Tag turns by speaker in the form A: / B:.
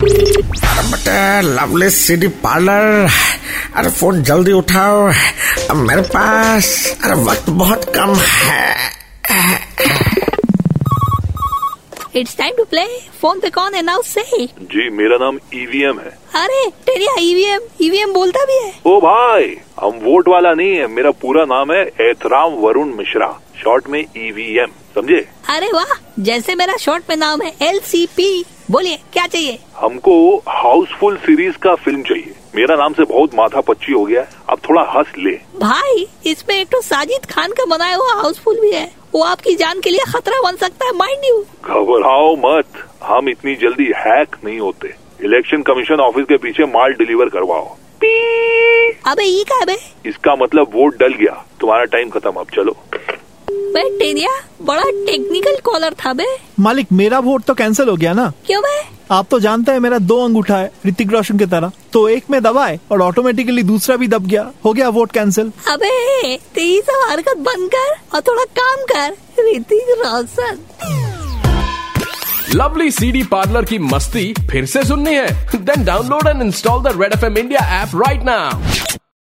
A: अरे बटे lovely city parlour अरे फोन जल्दी उठाओ अब मेरे पास अरे वक्त बहुत कम है
B: it's time to play phone पे कौन अनाउंस से
C: जी मेरा नाम ईवीएम है
B: अरे E तेरिया ईवीएम ईवीएम बोलता भी है
C: ओ भाई हम वोट वाला नहीं है मेरा पूरा नाम है ऐतराम वरुण मिश्रा शॉर्ट में ईवीएम समझे
B: अरे वाह जैसे मेरा शॉर्ट में नाम है एल सी पी बोलिए क्या चाहिए
C: हमको हाउसफुल सीरीज का फिल्म चाहिए मेरा नाम से बहुत माथा पच्ची हो गया है अब थोड़ा हंस ले
B: भाई इसमें एक तो साजिद खान का बनाया हुआ हाउसफुल भी है वो आपकी जान के लिए खतरा बन सकता है माइंड यू
C: घबराओ मत हम इतनी जल्दी हैक नहीं होते इलेक्शन कमीशन ऑफिस के पीछे माल डिलीवर करवाओ
B: अबे ये क्या है बे
C: इसका मतलब वोट डल गया तुम्हारा टाइम खत्म अब चलो
B: बे टेरिया बड़ा टेक्निकल कॉलर था बे
D: मालिक मेरा वोट तो कैंसिल हो गया ना
B: क्यों बे
D: आप तो जानते हैं मेरा दो अंगूठा है ऋतिक रोशन की तरह तो एक में दबाए और ऑटोमेटिकली दूसरा भी दब गया हो गया वोट कैंसिल
B: अबे तेरी सब हरकत बंद कर और थोड़ा काम कर Hrithik Roshan
E: lovely CD parlour की मस्ती फिर से सुननी है then download and install the red F M India app right now